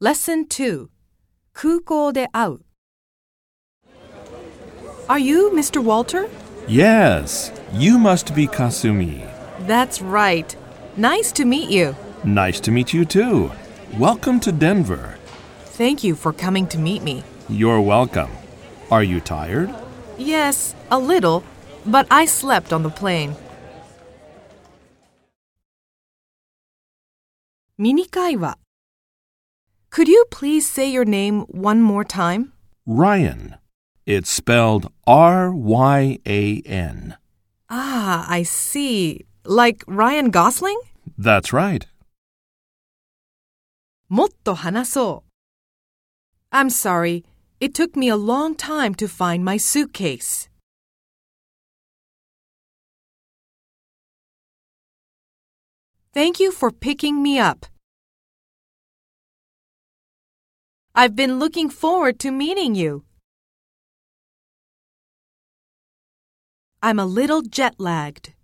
Lesson 2空港で会う Are you Mr. Walter? Yes, you must be Kasumi. That's right. Nice to meet you. Nice to meet you too. Welcome to Denver. Thank you for coming to meet me. You're welcome. Are you tired? Yes, a little, but I slept on the plane. ミニ会話 Could you please say your name one more time? Ryan. It's spelled R Y A N. Ah, I see. Like Ryan Gosling? That's right. もっと話そう I'm sorry. It took me a long time to find my suitcase. Thank you for picking me up. I've been looking forward to meeting you. I'm a little jet lagged.